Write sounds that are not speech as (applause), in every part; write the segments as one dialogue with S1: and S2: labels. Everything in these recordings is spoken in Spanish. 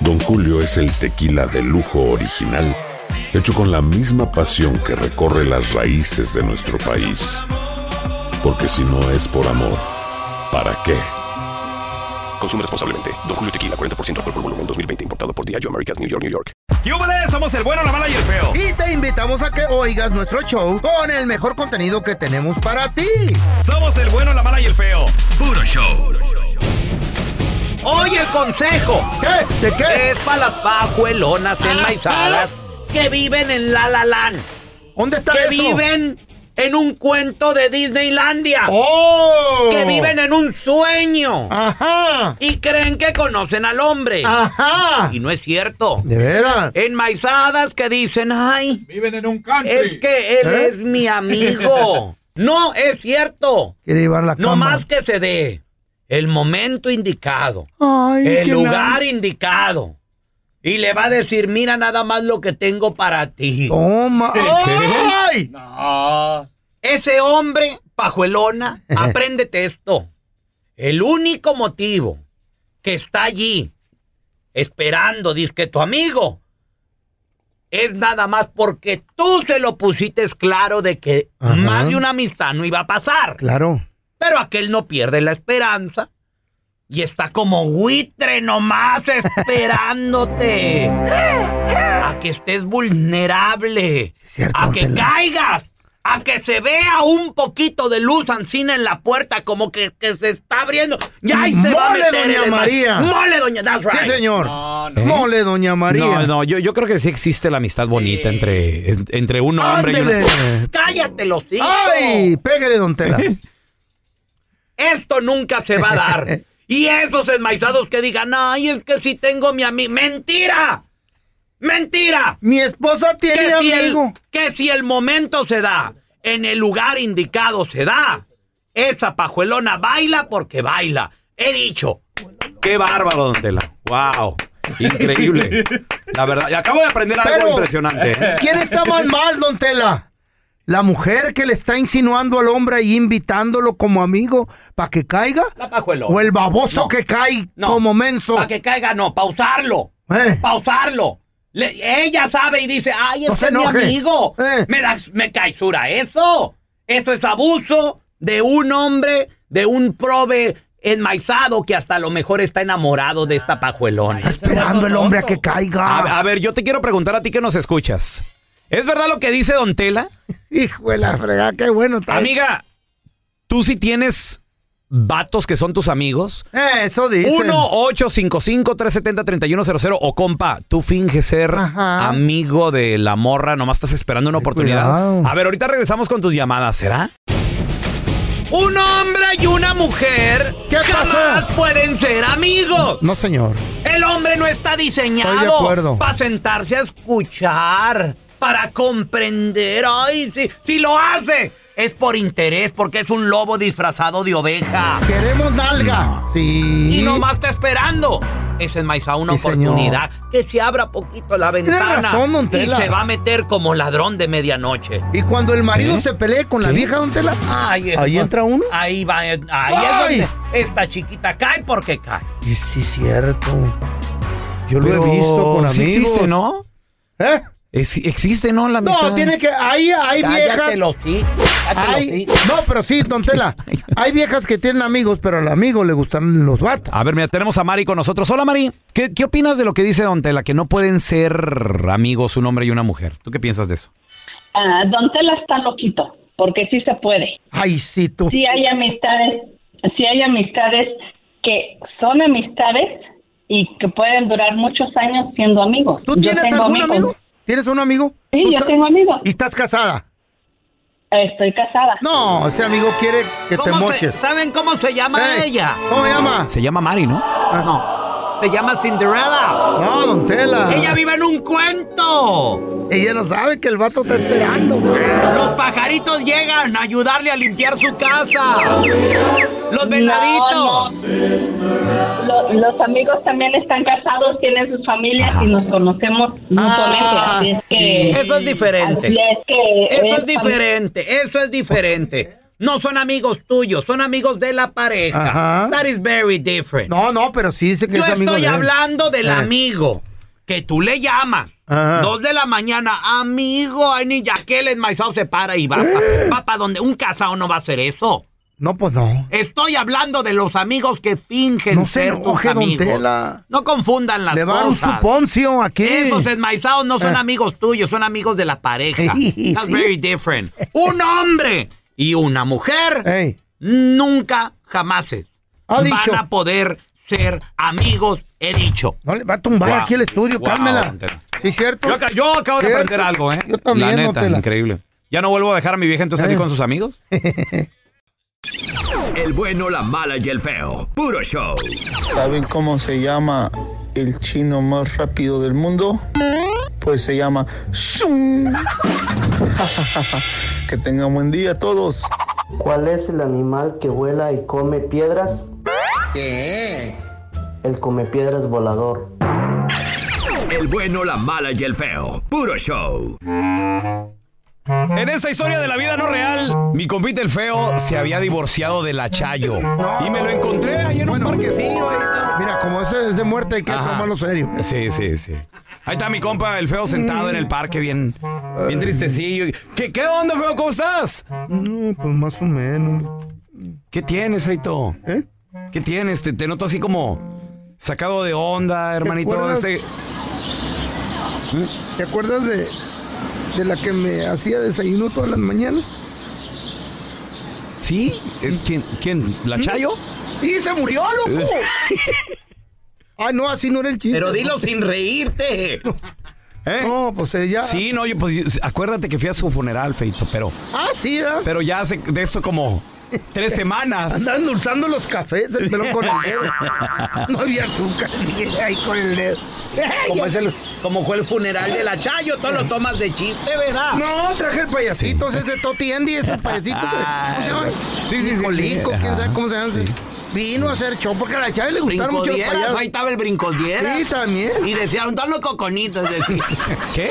S1: Don Julio es el tequila de lujo original, hecho con la misma pasión que recorre las raíces de nuestro país. Porque si no es por amor, ¿para qué?
S2: Consume responsablemente. Don Julio Tequila, 40% alcohol por volumen 2020, importado por Diageo Americas, New York, New York.
S3: ¡Yúbales! Somos el bueno, la mala y el feo.
S4: Y te invitamos a que oigas nuestro show con el mejor contenido que tenemos para ti.
S3: Somos el bueno, la mala y el feo.
S5: Puro show. Oye, consejo.
S4: ¿Qué? ¿De qué?
S5: Es para las pajuelonas enmaizadas Ah, que viven en La La Land.
S4: ¿Dónde está
S5: Que
S4: eso?
S5: viven en un cuento de Disneylandia.
S4: ¡Oh!
S5: Que viven en un sueño.
S4: ¡Ajá!
S5: Y creen que conocen al hombre.
S4: ¡Ajá!
S5: Y no es cierto.
S4: ¿De veras?
S5: Enmaizadas que dicen, ay,
S6: Viven en un country.
S5: es que él
S4: ¿Eh?
S5: es mi (laughs) amigo. No, es cierto.
S4: Quiere llevar la
S5: No
S4: cama.
S5: más que se dé el momento indicado,
S4: Ay,
S5: el
S4: qué
S5: lugar indicado. Y le va a decir, mira nada más lo que tengo para ti.
S4: la- Toma. ¡Ay!
S5: No. Ese hombre, pajuelona,
S4: (laughs)
S5: apréndete esto. El único motivo que está allí esperando, dice que tu amigo, es nada más porque tú se lo pusiste claro de que
S4: Ajá.
S5: más de una amistad no iba a pasar.
S4: Claro.
S5: Pero aquel no pierde la esperanza y está como buitre nomás esperándote. a que estés vulnerable.
S4: es cierto,
S5: a que
S4: Tela.
S5: caigas. A que se vea un poquito de luz ancina en la puerta, como que, que se está abriendo. Ya ahí se va a
S4: Mole,
S5: meter
S4: doña
S5: el-
S4: María.
S5: Mole, doña, that's
S4: Sí,
S5: right.
S4: señor.
S5: No, no. ¿Eh?
S4: Mole, doña María.
S6: No, no, yo, yo creo que sí existe la amistad bonita entre, en- entre un hombre y
S4: Ándele.
S6: una...
S5: Cállate, los hijos.
S4: ¡Ay! Pégale, don Tela.
S5: Esto nunca se va
S4: (laughs)
S5: a dar. y esos enmaizados que digan, ay, es que si tengo mi amigo. ¡Mentira! ¡Mentira!
S4: Mi esposa tiene
S5: Que si, el,
S4: amigo.
S5: que si el momento se da, en el lugar indicado se da, esa pajuelona baila porque baila. He dicho.
S6: ¡Qué bárbaro, don Tela! ¡Wow!
S5: (laughs)
S6: Increíble. La verdad, y acabo de aprender algo
S4: Pero-
S6: impresionante. ¿eh?
S4: (laughs) ¿Quién está más mal, don Tela? ¿La mujer que le está insinuando al hombre y invitándolo como amigo para que caiga?
S5: La pajuelona.
S4: ¿O el baboso
S5: No.
S4: que cae como menso?
S5: Para que caiga, no, pausarlo.
S4: Eh.
S5: (laughs) Pausarlo. Le- ella sabe y dice, ay,
S4: No
S5: ese
S4: se
S5: es mi
S4: enoje.
S5: amigo.
S4: Eh.
S5: Me, da- me caesura eso. Eso es abuso de un hombre, de un prove enmaizado que hasta a lo mejor está enamorado de esta pajuelona.
S4: Esperando el hombre a que
S6: A,
S4: caiga.
S6: a ver, yo te quiero preguntar a ti que nos escuchas. ¿Es verdad lo que dice don Tela?
S4: Hijo de la fregada, qué bueno. está.
S6: Amiga, ¿tú sí tienes vatos que son tus amigos?
S4: Eh, Eso dice.
S6: 1-855-370-3100 o compa, tú finges ser
S4: Ajá.
S6: amigo de la morra, nomás estás esperando una oportunidad.
S4: cuidado.
S6: A ver, ahorita regresamos con tus llamadas, ¿será?
S5: Un hombre y una mujer
S4: ¿Qué
S5: jamás
S4: pasó?
S5: pueden ser amigos.
S4: No, señor.
S5: El hombre no está
S4: Estoy de acuerdo.
S5: diseñado para sentarse a escuchar, para comprender. Ay, si, si lo hace, es por interés, porque es un lobo disfrazado de oveja.
S4: Queremos nalga. Sí.
S5: Y nomás está esperando. Es enmaizado una
S4: Sí, señor.
S5: oportunidad que se abra poquito la ventana
S4: razón, don
S5: y
S4: Tela.
S5: se va a meter como ladrón de medianoche.
S4: Y cuando el marido se pelee con la vieja, don Tela.
S5: ¿Eh? Ay, es-
S4: Ahí entra uno.
S5: Ahí va, ahí
S4: Ay.
S5: es donde esta chiquita cae porque cae.
S4: Y sí, cierto. Yo lo
S6: Pero
S4: he visto con amigos.
S6: sí existe, ¿no?
S4: ¿Eh?
S6: Es- existe, ¿no? La amistad.
S4: No, tiene que. Ahí hay
S5: Cállate
S4: viejas.
S5: los sí. cállate
S4: hay-
S5: los sí.
S4: no, pero sí, don Tela. Hay viejas que tienen amigos, pero al amigo le gustan los vatos.
S6: A ver, mira, tenemos a Mari con nosotros. Hola, Mari. ¿Qué, qué opinas de lo que dice Don Tela? Que no pueden ser amigos un hombre y una mujer. ¿Tú qué piensas de eso?
S7: Ah, Don Tela está loquito, porque sí se puede.
S4: Ay, sí, tú.
S7: Sí hay amistades, sí hay amistades que son amistades y que pueden durar muchos años siendo amigos.
S4: ¿Tú
S7: Yo
S4: tienes
S7: tengo
S4: algún
S7: amigos.
S4: amigo? ¿Tienes un amigo?
S7: Sí,
S4: ¿Tú
S7: yo
S4: ta-
S7: tengo amigos.
S4: ¿Y estás casada?
S7: Estoy casada.
S4: No, ese amigo quiere que te
S5: ¿Cómo se-
S4: moches.
S5: ¿Saben cómo se llama
S4: Ey,
S5: ella?
S4: ¿Cómo se llama?
S6: Se llama Mari, ¿no?
S5: No, se llama Cinderella.
S4: No, don Tela.
S5: Ella vive en un cuento.
S4: Ella no sabe que el vato está esperando, güey.
S5: Los pajaritos llegan a ayudarle a limpiar su casa. Los venaditos.
S7: Lo- los amigos también están casados, tienen sus familias y nos conocemos mutuamente.
S4: Ah,
S7: así es
S4: sí.
S7: que.
S5: Eso es diferente.
S7: así es que
S5: Eso es
S7: fam-
S5: diferente, eso es diferente. No son amigos tuyos, son amigos de la pareja.
S4: Ajá.
S5: That is very different.
S4: No, no, pero sí dice que
S5: Yo
S4: es amigo
S5: estoy
S4: de él.
S5: hablando del
S4: Eh.
S5: amigo que tú le llamas.
S4: Ajá.
S5: Dos de la mañana, amigo, ay, ni Jaquel en My House se para y va
S4: (gasps)
S5: para donde un casado no va a hacer eso.
S4: No, pues no.
S5: Estoy hablando de los amigos que fingen
S4: No se
S5: ser
S4: enoje,
S5: tus
S4: don
S5: amigos.
S4: Tela.
S5: No confundan las
S4: Le va a dar un
S5: cosas.
S4: suponcio aquí.
S5: Esos enmaizados no son
S4: Ah.
S5: amigos tuyos, son amigos de la pareja.
S4: Sí.
S5: That's very different. Un hombre y una mujer
S4: Ey.
S5: nunca jamás es.
S4: Eh. Ha
S5: van
S4: dicho.
S5: a poder ser amigos, he dicho.
S4: No le va a tumbar
S6: Guau.
S4: aquí el estudio,
S6: Guau,
S4: cálmela.
S6: don Tela.
S4: Sí, cierto.
S6: Yo, acá- yo acabo de
S4: Cierto.
S6: aprender algo, ¿eh?
S4: Yo también,
S6: La
S4: don
S6: neta,
S4: Tela.
S6: increíble. Ya no vuelvo a dejar a mi vieja entonces salir
S4: Eh.
S6: con sus amigos.
S3: (laughs) El bueno, la mala y el feo. Puro show.
S8: ¿Saben cómo se llama el chino más rápido del mundo? Pues se llama Shun. que tengan buen día a todos.
S9: ¿Cuál es el animal que vuela y come piedras? ¿Qué? El come piedras volador.
S3: El bueno, la mala y el feo. Puro show.
S6: En esta historia de la vida no real, mi compita el feo se había divorciado de la Chayo. Y me lo encontré ahí en un parquecillo. ahí.
S4: Mira, como eso es de muerte, hay que
S6: Ajá.
S4: tomarlo serio.
S6: Sí, sí, sí. Ahí está mi compa, el feo, sentado en el parque, bien, bien tristecillo. ¿Qué, ¿Qué onda, feo? ¿Cómo estás?
S4: No, pues más o menos.
S6: ¿Qué tienes, feito?
S4: ¿Eh?
S6: ¿Qué tienes? Te, te noto así como sacado de onda, hermanito.
S4: acuerdas?
S6: Este...
S4: ¿Te acuerdas de, de la que me hacía desayuno todas las mañanas?
S6: ¿Sí? Eh, ¿Quién? ¿Quién?
S4: ¿Mm?
S6: ¿La Chayo?
S4: ¡Y se murió,
S6: (laughs)
S4: loco! Ay, no, así no era el chiste.
S5: Pero dilo sin reírte.
S6: ¿Eh?
S4: No, pues ella.
S6: Sí, no, yo, pues acuérdate que fui a su funeral, feito, pero,
S4: Ah, sí, ¿verdad?
S6: pero ya hace de esto como tres semanas.
S4: Anda endulzando los cafés, el pelón con el dedo. No
S6: (laughs)
S4: había azúcar, dije, ahí con el dedo.
S5: Como, es el- como fue el funeral de la Chayo, todo lo tomas de chiste, ¿verdad?
S4: No, traje el payasito, ese de Toti Andy, esos payasitos.
S6: Ah,
S4: ¿Cómo se llama?
S6: sí, sí, sí,
S4: Nicolico,
S6: sí,
S4: quién
S6: ajá,
S4: sabe cómo se llama. Vino a hacer show porque a la chave le gustaron mucho los
S5: Brincodieras,
S4: payasos.
S5: ahí estaba el brincodiera.
S4: Sí, también.
S5: Y decían todos los coconitos. decían.
S6: (laughs) ¿Qué?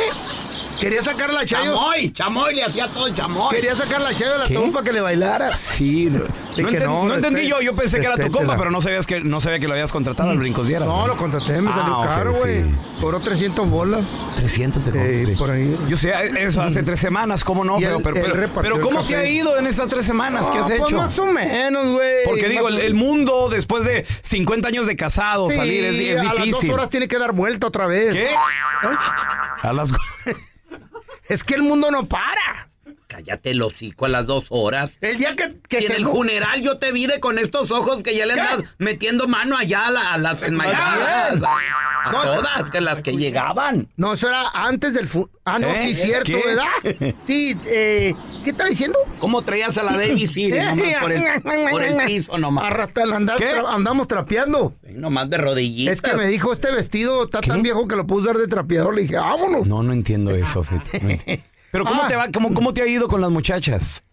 S4: Quería sacar a la chayo.
S5: chamoy, chamoy, le hacía todo el chamoy.
S4: Quería sacar a la chayo de la
S6: ¿Qué?
S4: tumba para que le bailara.
S6: Sí, no, no
S4: que
S6: enten-
S4: no,
S6: no entendí
S4: respeta-
S6: yo, yo pensé que era tu
S4: respétela.
S6: compa, pero no sabías que no sabía que lo habías contratado al Brincos Dieras.
S4: No, lo contraté, me
S6: Ah,
S4: salió
S6: ok,
S4: caro, güey.
S6: sí.
S4: Cobró 300 bolas.
S6: 300 de
S4: Eh,
S6: sí.
S4: por ahí.
S6: Yo sé eh, eso hace tres semanas, ¿cómo no?
S4: Y
S6: feo?
S4: él-
S6: pero,
S4: él
S6: pero-
S4: repartió
S6: pero
S4: el
S6: ¿cómo
S4: café.
S6: te ha ido en esas tres semanas? ¿Qué has
S4: Ah, pues
S6: hecho?
S4: más o menos, güey.
S6: Porque digo,
S4: Eh,
S6: el,
S4: Más o-
S6: el mundo después de 50 años de casado,
S4: Sí,
S6: salir es, es
S4: a las dos
S6: difícil.
S4: horas tiene que dar vuelta otra vez. (laughs)
S6: ¿Qué? A las cu-
S4: Es que el mundo no para.
S5: Cállate el hocico a las dos horas.
S4: El día que, que
S5: Y en
S4: se
S5: el funeral yo te vi de con estos ojos que ya le
S4: ¿Qué?
S5: andas metiendo mano allá a, la- a las enmayadas.
S4: bien.
S5: A
S4: No,
S5: todas, que las que llegaban.
S4: No, eso era antes del fu- Ah, no,
S6: ¿Eh?
S4: sí, cierto,
S6: ¿Qué? (laughs)
S4: ¿verdad? Sí, eh, ¿qué está diciendo?
S5: ¿Cómo traías a la
S4: (laughs)
S5: baby Siri? Nomás por, el, por el piso nomás.
S4: Arrastra- andar-
S6: ¿Qué?
S4: tra- andamos trapeando.
S5: Nomás de rodillitas.
S4: Es que me dijo, este vestido está tan viejo que lo puse dar de trapeador. Le dije, vámonos.
S6: No, no entiendo eso, Fito, no
S4: (laughs)
S6: entiendo. Pero ¿cómo
S4: Ah.
S6: te va? ¿Cómo, cómo te ha ido con las muchachas?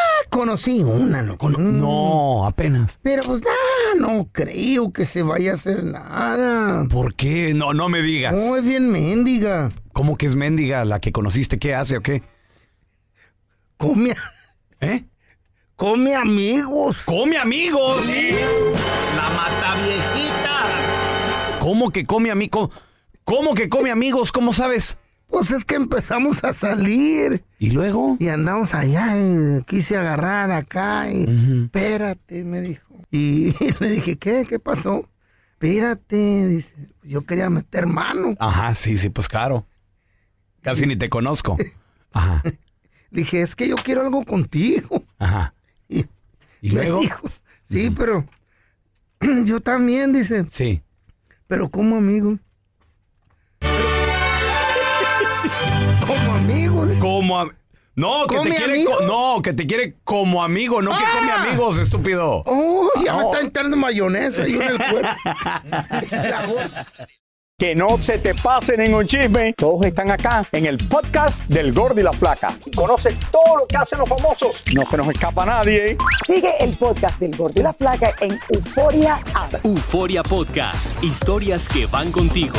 S4: (laughs) Conocí una, loco.
S6: No, apenas.
S4: Pero pues nada, no creo que se vaya a hacer nada.
S6: ¿Por qué? No, no me digas.
S4: No, es bien mendiga.
S6: ¿Cómo que es mendiga la que conociste? ¿Qué hace o qué?
S4: Come, a-
S6: ¿Eh?
S4: come amigos.
S6: ¡Come amigos!
S5: La mata viejita.
S6: ¿Cómo que come amigos? ¿Cómo que come amigos? ¿Cómo sabes?
S4: Pues es que empezamos a salir.
S10: ¿Y luego?
S4: Y andamos allá, eh, quise agarrar acá y espérate, me dijo. Y (laughs) le dije, ¿qué? ¿Qué pasó? Espérate, dice, yo quería meter mano.
S11: Ajá, sí, sí, pues claro. Casi ni te conozco. Ajá.
S4: Le dije, es que yo quiero algo contigo.
S11: Ajá.
S4: Y,
S11: ¿Y
S4: me
S11: luego?
S4: dijo, sí, pero (clears throat) yo también, dice.
S11: Sí.
S4: Pero como amigo. (laughs) como amigos.
S11: Como am- No, que te
S4: ¿Come
S11: quiere
S4: amigo? ¡Ah!
S11: co- no, que te quiere como amigo, no que come amigos, estúpido.
S4: Oh, ya me
S11: No.
S4: está entrando mayonesa ahí en el cuerpo. (laughs)
S12: Que no se te pase ningún chisme. Todos están acá en el podcast del Gordi y la Flaca. Y conoce todo lo que hacen los famosos. No se nos escapa nadie.
S13: Sigue el podcast del Gordo y la Flaca en Euforia App.
S14: Euforia Podcast. Historias que van contigo.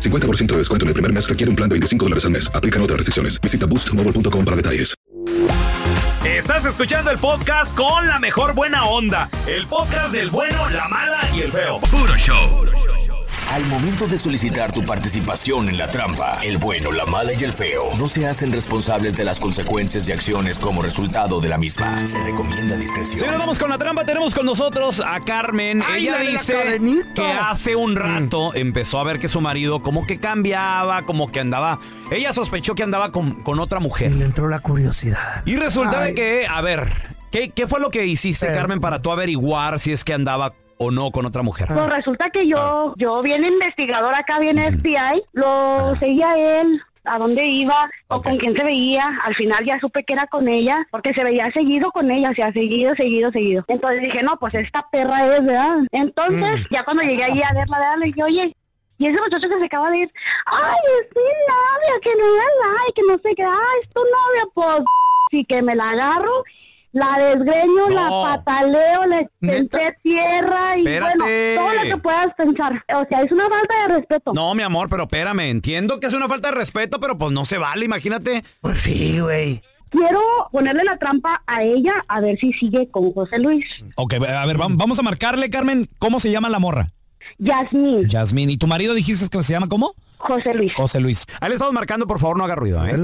S15: 50% de descuento en el primer mes requiere un plan de 25 dólares al mes. Aplican otras restricciones. Visita boostmobile.com para detalles.
S16: Estás escuchando el podcast con la mejor buena onda. El podcast del bueno, la mala y el feo.
S17: Puro show. Al momento de solicitar tu participación en la trampa, el bueno, la mala y el feo no se hacen responsables de las consecuencias y acciones como resultado de la misma. Se recomienda discreción.
S11: Señores, vamos con la trampa. Tenemos con nosotros a Carmen.
S4: Ay,
S11: Ella
S4: la de la
S11: dice
S4: cadenita. Mm.
S11: que hace un rato empezó a ver que su marido como que cambiaba, como que andaba. Ella sospechó que andaba con, con otra mujer.
S4: Le entró la curiosidad.
S11: Y resulta de
S4: Ay.
S11: que, a ver, ¿qué, qué fue lo que hiciste, Carmen, para tú averiguar si es que andaba o no con otra mujer?
S7: Pues resulta que yo, yo bien investigadora acá, bien FBI, lo seguía a él, a dónde iba o con quién se veía. Al final ya supe que era con ella, porque se veía seguido con ella, o sea, seguido, seguido, seguido. Entonces dije, no, pues esta perra es, ¿verdad? Entonces, ya cuando llegué ahí a verla, ¿verdad? Le dije, oye, y ese muchacho que se acaba de ir, ay, es mi novia, que no la ay, que no sé qué, ay, es tu novia, pues, sí que me la agarro. La
S11: No.
S7: desgreño, la pataleo, le senté tierra y bueno,
S11: Espérate.
S7: todo lo que puedas pensar. O sea, es una falta de respeto.
S11: No, mi amor, pero espérame, entiendo que es una falta de respeto, pero pues no se vale, imagínate.
S4: Pues sí, güey.
S7: Quiero ponerle la trampa a ella a ver si sigue con José Luis.
S5: Ok, a ver, vam- vamos a marcarle, Carmen, ¿cómo se llama la morra?
S7: Yasmín.
S5: Yasmín. ¿Y tu marido dijiste que se llama cómo?
S7: José Luis.
S5: José Luis.
S11: Ahí le estamos marcando, por favor, no haga ruido, ¿eh?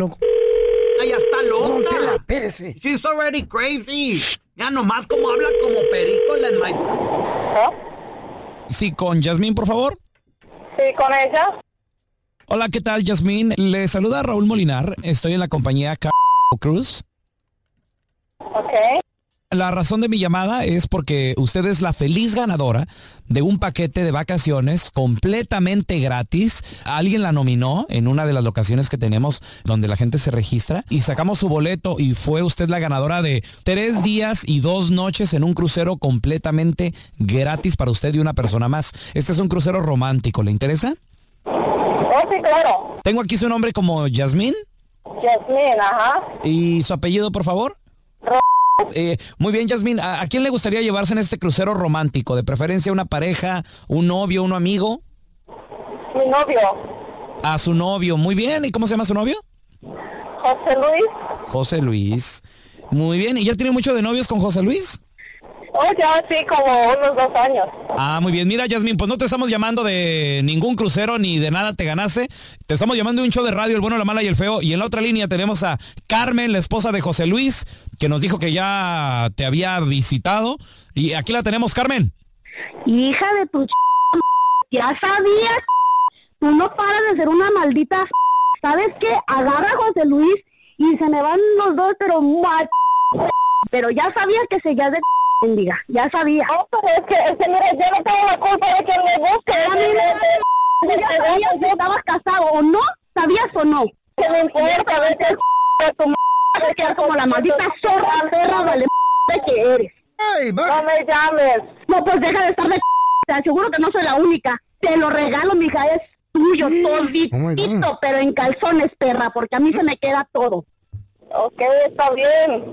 S10: Ay, ya está loca.
S7: eh.
S10: She's already crazy. Ya nomás como habla como perico la
S5: Sí, con Yasmín, por favor.
S7: Sí, con ella.
S5: Hola, ¿qué tal, Yasmín? Le saluda Raúl Molinar. Estoy en la compañía Car Cruz.
S7: Ok.
S5: La razón de mi llamada es porque usted es la feliz ganadora de un paquete de vacaciones completamente gratis. Alguien la nominó en una de las locaciones que tenemos donde la gente se registra y sacamos su boleto y fue usted la ganadora de tres días y dos noches en un crucero completamente gratis para usted y una persona más. Este es un crucero romántico, ¿le interesa?
S7: Oh, sí, claro.
S5: Tengo aquí su nombre como Yasmín.
S7: Yasmín, ajá.
S5: ¿Y su apellido, por favor? Eh, muy bien, Yasmín. ¿A, a quién le gustaría llevarse en este crucero romántico? De preferencia una pareja, un novio, un amigo.
S7: Mi novio,
S5: A su novio. Muy bien. ¿Y cómo se llama su novio?
S7: José Luis.
S18: José Luis. Muy bien, ¿y ya tiene mucho de novios con José Luis?
S19: Oh, ya, sí, como unos dos años.
S18: Ah, muy bien. Mira, Yasmin, pues no te estamos llamando de ningún crucero ni de nada te ganaste. Te estamos llamando de un show de radio, el bueno, la mala y el feo. Y en la otra línea tenemos a Carmen, la esposa de José Luis, que nos dijo que ya te había visitado. Y aquí la tenemos, Carmen.
S20: Hija de tu ch... Ya sabías. Tú no paras de ser una maldita. ¿Sabes qué? Agarra a José Luis y se me van los dos, pero mal. Pero ya sabías que seguías de mendiga. Ya sabía.
S19: No, pero es que, es que mira, yo no tengo la culpa de que me busque.
S20: A mí me vale madre, ya sabías que estabas casado o no, sabías o no.
S19: Que me importa ver que de tu madre,
S20: que como la maldita zorra, perra, vale madre que eres.
S19: no me llames.
S20: No, pues deja de estar de Te aseguro que no soy la única. Te lo regalo, mija, es tuyo, todito, pero en calzones, perra, porque a mí se me queda todo.
S19: Ok, está bien.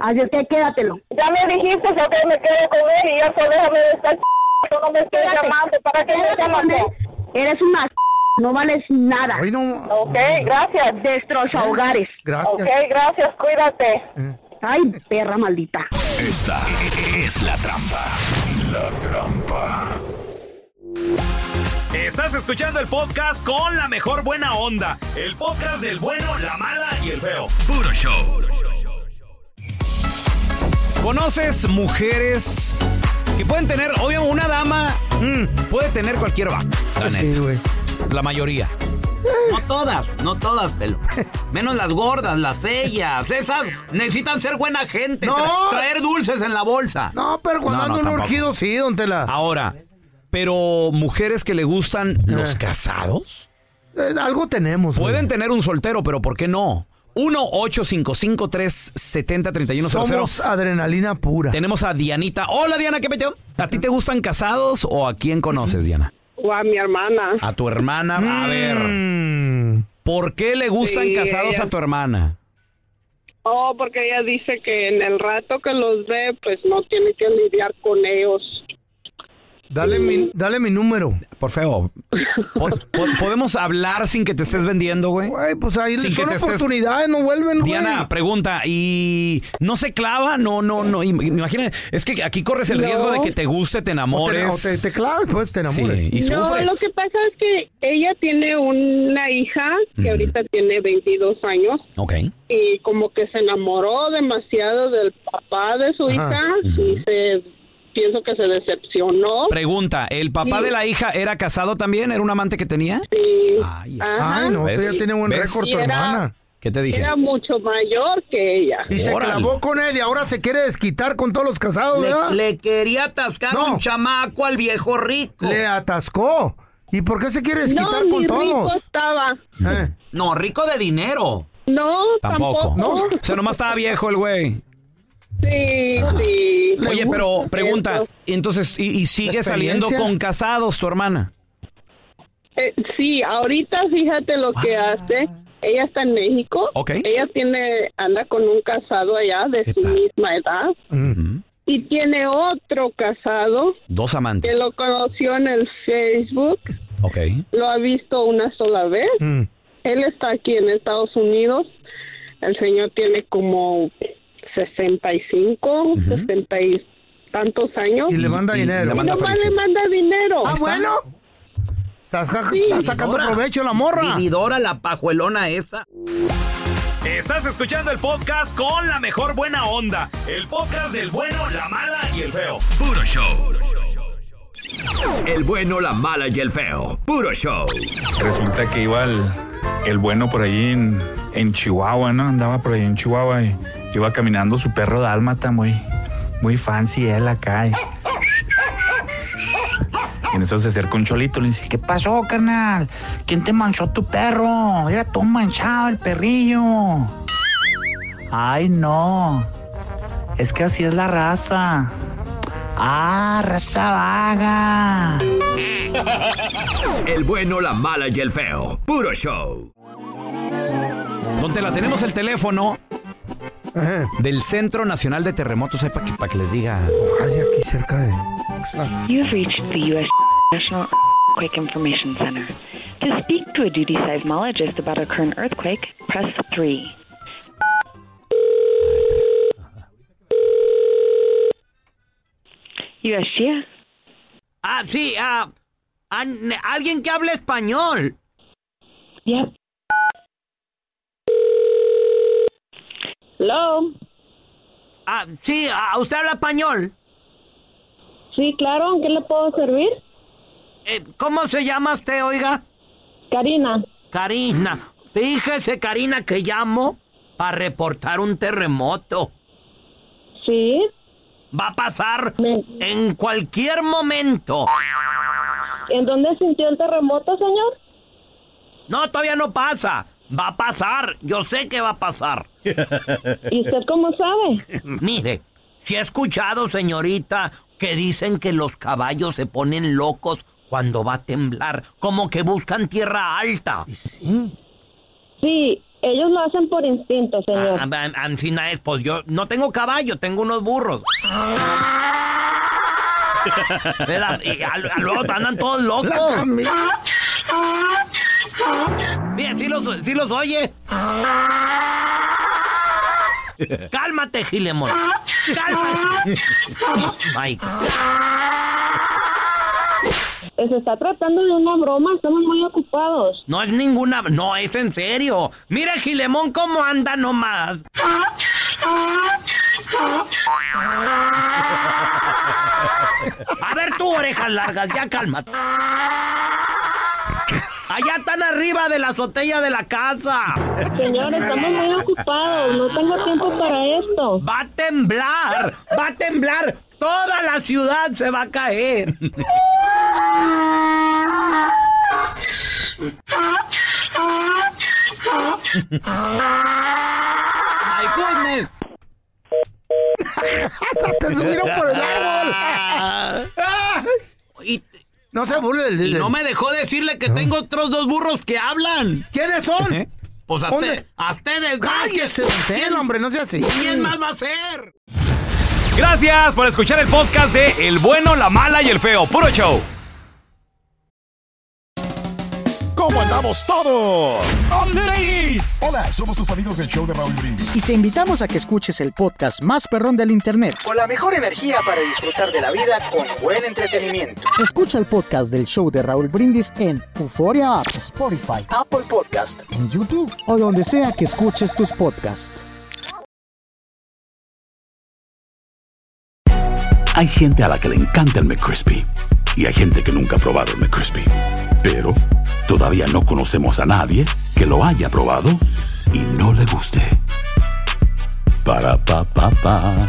S20: Así es que quédatelo.
S19: Ya me dijiste que ok, me quedo con él y ya pues déjame de estar tú no me estés llamando. ¿Para qué me llamas pues? tú?
S20: Eres una no vales nada.
S19: Ok, gracias.
S20: Destroza hogares.
S19: Ok, gracias, cuídate.
S20: Ay, perra maldita.
S15: Esta es la trampa. La trampa.
S21: Estás escuchando el podcast con la mejor buena onda. El podcast del bueno, la mala y el feo.
S15: Puro show.
S5: ¿Conoces mujeres que pueden tener, obvio, una dama mm, puede tener cualquier vato, la neta. La mayoría.
S22: No todas, no todas, pelo. Menos las gordas, las feas. Esas necesitan ser buena gente.
S5: No.
S22: tra- traer dulces en la bolsa.
S4: No, pero cuando
S5: No, no,
S4: ando un
S5: tampoco. Ah.
S4: urgido, sí, don Tela.
S5: Ahora, pero mujeres que le gustan
S22: Eh.
S5: los casados.
S4: Eh, algo tenemos.
S5: Pueden tener un soltero, pero ¿por qué no? 1-855-370-3100.
S4: Somos adrenalina pura.
S5: Tenemos a Dianita. Hola, Diana, ¿qué peteo? ¿A ti te gustan casados o a quién conoces, Diana?
S23: O a mi hermana.
S5: A tu hermana. A
S4: Mm.
S5: ver. ¿Por qué le gustan
S23: Sí,
S5: casados
S23: ella-
S5: a tu hermana?
S23: Oh, porque ella dice que en el rato que los ve, pues no tiene que lidiar con ellos.
S4: Dale mi, dale mi número.
S5: Por feo. po- po- ¿Podemos hablar sin que te estés vendiendo, güey?
S4: Pues ahí
S5: Sin que
S4: son
S5: te estés-
S4: oportunidades, no vuelven, güey.
S5: Diana, pregunta, ¿y no se clava? No, no, no. im- Imagina, es que aquí corres el
S23: No.
S5: riesgo de que te guste, te enamores.
S4: O te, o te- te claves, pues te enamores.
S5: Sí, y
S23: No,
S5: sufres.
S23: lo que pasa es que ella tiene una hija que ahorita tiene 22 años
S5: Ok.
S23: y como que se enamoró demasiado del papá de su
S5: Ajá.
S23: hija y se pienso que se decepcionó.
S5: Pregunta, ¿el papá
S23: Sí.
S5: de la hija era casado también? ¿Era un amante que tenía?
S23: Sí. Ajá.
S4: Ay, no,
S5: ¿Ves?
S4: ella tiene buen
S5: ¿Ves?
S4: récord
S23: Y
S4: tu
S23: era-
S4: hermana.
S5: ¿Qué te dije?
S23: Era mucho mayor que ella.
S4: Y se
S5: Órale.
S4: clavó con él y ahora se quiere desquitar con todos los casados, ¿verdad?
S22: Le, le quería atascar
S4: No.
S22: un chamaco al viejo rico.
S4: Le atascó. ¿Y por qué se quiere desquitar con
S23: no, ni rico
S4: todos?
S23: estaba.
S4: Eh.
S22: No, rico de dinero.
S23: No,
S5: Tampoco.
S23: tampoco.
S5: O sea, nomás estaba viejo el güey.
S23: Sí, sí.
S5: Oye, pero pregunta,
S23: Entonces,
S5: entonces, ¿y, y sigue
S23: experiencia?
S5: saliendo con casados tu hermana?
S23: eh, sí, ahorita fíjate lo que hace. Ella está en México.
S5: Ok.
S23: Ella tiene anda con un casado allá de su misma edad y tiene otro casado
S5: Dos
S23: que
S5: amantes.
S23: lo conoció en el Facebook.
S5: Ok.
S23: Lo ha visto una sola vez. Él está aquí en Estados Unidos. El señor tiene como 65, 60 y tantos años.
S4: Y le manda
S23: Y-
S4: dinero.
S23: y nomás le manda dinero.
S4: Ah, bueno. Está, está- está sacando
S21: Vividora.
S4: provecho la morra.
S22: Vividora la pajuelona esa.
S21: Estás escuchando el podcast con la mejor buena onda. El podcast del bueno, la mala y el feo.
S15: Puro show. El bueno, la mala y el feo. Puro show.
S24: Resulta que iba el, el bueno por ahí en, en Chihuahua, ¿no? Andaba por ahí en Chihuahua y iba caminando su perro dálmata, muy, muy fancy él acá. Y, y en eso se acerca un cholito, le dice, ¿qué pasó, carnal? ¿Quién te manchó tu perro? Era todo manchado el perrillo. Ay, no. Es que así es la raza. Ah, raza
S5: (laughs)
S24: vaga.
S15: El bueno, la mala y el feo. Puro show.
S5: Donde la tenemos el teléfono del Centro Nacional de Terremotos, para que, para que les diga.
S4: Ojalá aquí cerca de.
S25: You've reached the U.S. National Earthquake Information Center. To speak to a duty seismologist about a current earthquake, press 3.
S26: USGS.
S5: Ah, sí, ah, an- alguien que hable español.
S26: Yep.
S5: Hello. Ah, sí, ah, ¿usted habla español?
S23: Sí, claro, ¿en qué le puedo servir?
S5: Eh, ¿Cómo se llama usted, oiga?
S23: Karina.
S5: Karina. Fíjese, Karina, que llamo para reportar un terremoto.
S23: Sí.
S5: Va a pasar en cualquier momento.
S23: ¿En dónde sintió el terremoto, señor?
S5: No, todavía no pasa. Va a pasar. Yo sé que va a pasar.
S23: ¿Y usted cómo sabe?
S5: Mire, si he escuchado, señorita, que dicen que los caballos se ponen locos cuando va a temblar, como que buscan tierra alta.
S23: Sí. Sí, ellos lo hacen por instinto,
S5: Ah,
S23: señor.
S5: Ancina es, pues yo no tengo caballo, tengo unos burros. ¿Verdad? Y a- a- luego andan todos locos. Mira, si los, sí los oye. Cálmate, Gilemón. Cálmate. Ay,
S23: Se está tratando de una broma, estamos muy ocupados.
S5: no es ninguna. No, es en serio. Mira, Gilemón, cómo anda nomás. A ver, tú, orejas largas, ya cálmate. Allá están arriba de la azotea de la casa.
S23: Señor, estamos muy ocupados, no tengo tiempo para esto.
S5: Va a temblar, va a temblar. Toda la ciudad se va a caer. ¡Ay, goodness!
S4: ¡Te subieron por el árbol! no se burle del...
S5: Y no me dejó decirle que tengo otros dos burros que hablan.
S4: ¿Quiénes son?
S5: Pues a
S4: ¿Dónde?
S5: usted- a ustedes, dos,
S4: ¡Cállese, don Telo, hombre! ¡No sea así!
S5: ¿Quién más va a ser?
S27: Gracias por escuchar el podcast de El bueno, la mala y el feo. Puro show.
S28: ¿Cómo andamos todos? Hola, somos tus amigos del show de Raúl Brindis.
S29: Y te invitamos a que escuches el podcast más perrón del internet.
S28: Con la mejor energía para disfrutar de la vida con buen entretenimiento.
S29: Escucha el podcast del show de Raúl Brindis en Euforia App, Spotify,
S28: Apple Podcast.
S29: en YouTube o donde sea que escuches tus podcasts.
S12: Hay gente a la que le encanta el McCrispy y hay gente que nunca ha probado el McCrispy. Pero todavía no conocemos a nadie que lo haya probado y no le guste. Para pa pa pa.